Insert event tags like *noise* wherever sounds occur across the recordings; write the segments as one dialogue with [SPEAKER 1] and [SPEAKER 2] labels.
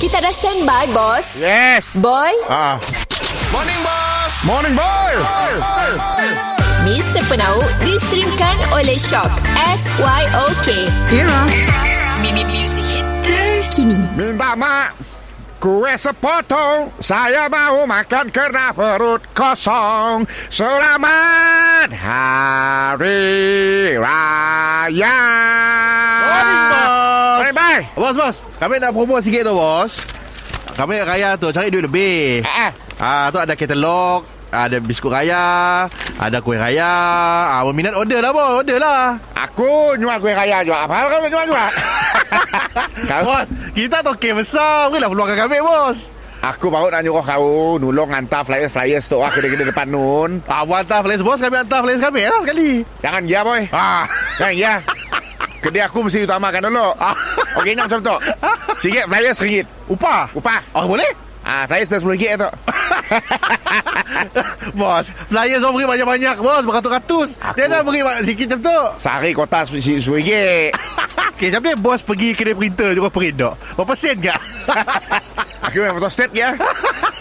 [SPEAKER 1] Kita dah standby, bos.
[SPEAKER 2] Yes.
[SPEAKER 1] Boy,
[SPEAKER 2] Ah.
[SPEAKER 3] Morning Boss
[SPEAKER 2] Morning boy.
[SPEAKER 1] Mr. Penau distrimkan oleh Shock. S-Y-O-K. Era. Mimi Music Hit terkini.
[SPEAKER 2] Minta mak. Kue sepotong Saya mau makan kerana perut kosong Selamat Hari Raya
[SPEAKER 3] Morning, boss.
[SPEAKER 2] Morning boy
[SPEAKER 3] Bos bos Kami nak promo sikit tu bos Kami nak raya tu Cari duit lebih
[SPEAKER 2] Eh, eh.
[SPEAKER 3] Ah tu ada katalog ada biskut raya Ada kuih raya ah, Minat order lah bos Order lah
[SPEAKER 2] Aku nyuar kue raya juga Apa hal kau nak
[SPEAKER 3] *laughs*
[SPEAKER 2] nyuar-nyuar? Kau-
[SPEAKER 3] Bos Kita toke besar Bukanlah peluangkan kami bos
[SPEAKER 2] Aku baru nak nyuruh kau Nulung hantar flyers-flyers tu Wah kedai-kedai depan nun
[SPEAKER 3] Ah, awak hantar flash bos Kami hantar flash kami lah sekali
[SPEAKER 2] Jangan ya boy *laughs*
[SPEAKER 3] Ah,
[SPEAKER 2] Jangan ya Kedai aku mesti utamakan
[SPEAKER 3] *laughs*
[SPEAKER 2] dulu Okey nak macam tu Sikit flyers ringgit
[SPEAKER 3] Upah
[SPEAKER 2] Upah
[SPEAKER 3] Oh boleh
[SPEAKER 2] Ah, flyers dah RM10 tu
[SPEAKER 3] Bos Flyers orang beri banyak-banyak bos Beratus-ratus Dia
[SPEAKER 2] Aku-
[SPEAKER 3] dah beri banyak sikit macam tu
[SPEAKER 2] Sehari kotas mesti RM10
[SPEAKER 3] Okay, macam mana bos pergi kedai printer Jumpa print tak? Berapa sen kak? *laughs*
[SPEAKER 2] Aku main foto state ya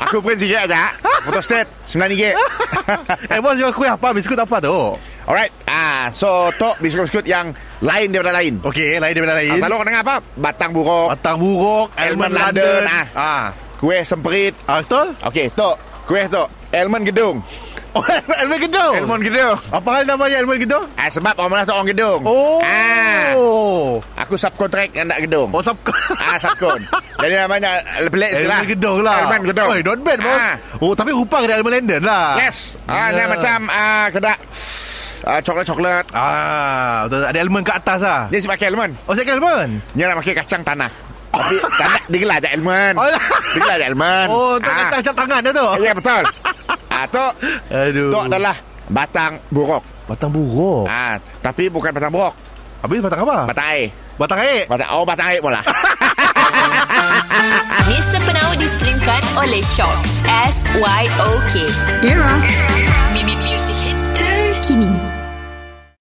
[SPEAKER 2] Aku print sikit aja Foto state RM9
[SPEAKER 3] eh, bos jual kuih apa? Biskut apa tu?
[SPEAKER 2] *laughs* Alright ah, So tok biskut-biskut yang Lain daripada lain
[SPEAKER 3] Okey, lain daripada lain.
[SPEAKER 2] ah, Selalu orang dengar apa? Batang buruk
[SPEAKER 3] Batang buruk,
[SPEAKER 2] Almond
[SPEAKER 3] Almond
[SPEAKER 2] Oh. London.
[SPEAKER 3] London. Ah.
[SPEAKER 2] Kuih semperit
[SPEAKER 3] Ah, betul?
[SPEAKER 2] Okey, tok Kuih tok Elmen gedung *laughs*
[SPEAKER 3] Oh, Almond Gedong.
[SPEAKER 2] Elmen gedung
[SPEAKER 3] Apa hal namanya Almond Gedong?
[SPEAKER 2] Ah, sebab orang Melayu tu orang gedung
[SPEAKER 3] Oh.
[SPEAKER 2] ah,
[SPEAKER 3] Oh,
[SPEAKER 2] Aku subkontrak yang nak gedung
[SPEAKER 3] oh sab. *laughs*
[SPEAKER 2] Ah, subkon Jadi namanya Pelik sikit lah
[SPEAKER 3] Almond Gedong lah.
[SPEAKER 2] Elmen gedung
[SPEAKER 3] Oh, not bad, bos.
[SPEAKER 2] Ah.
[SPEAKER 3] Oh, tapi rupa kedai Almond London lah.
[SPEAKER 2] Yes ah, Dia macam ah, Kedak ah, Coklat-coklat
[SPEAKER 3] Ah, betul. Ada almond kat atas lah.
[SPEAKER 2] Dia si pakai elmen
[SPEAKER 3] Oh, saya almond.
[SPEAKER 2] Dia nak pakai kacang tanah
[SPEAKER 3] *laughs*
[SPEAKER 2] Tapi tanah Dia gelap ada elmen
[SPEAKER 3] Oh, lah.
[SPEAKER 2] Dia gelap ada elmen
[SPEAKER 3] Oh, tu kacang cap tangan dia tu.
[SPEAKER 2] Ah. Ya betul ah, Tok
[SPEAKER 3] Aduh.
[SPEAKER 2] Tok adalah Batang buruk
[SPEAKER 3] Batang buruk.
[SPEAKER 2] ah, Tapi bukan batang buruk
[SPEAKER 3] Habis batang apa?
[SPEAKER 2] Batang air
[SPEAKER 3] Batang air.
[SPEAKER 2] Batang, oh batang air pula
[SPEAKER 1] Mr. Penau distrimkan oleh Shock. S-Y-O-K. Era. Mimi Music Hit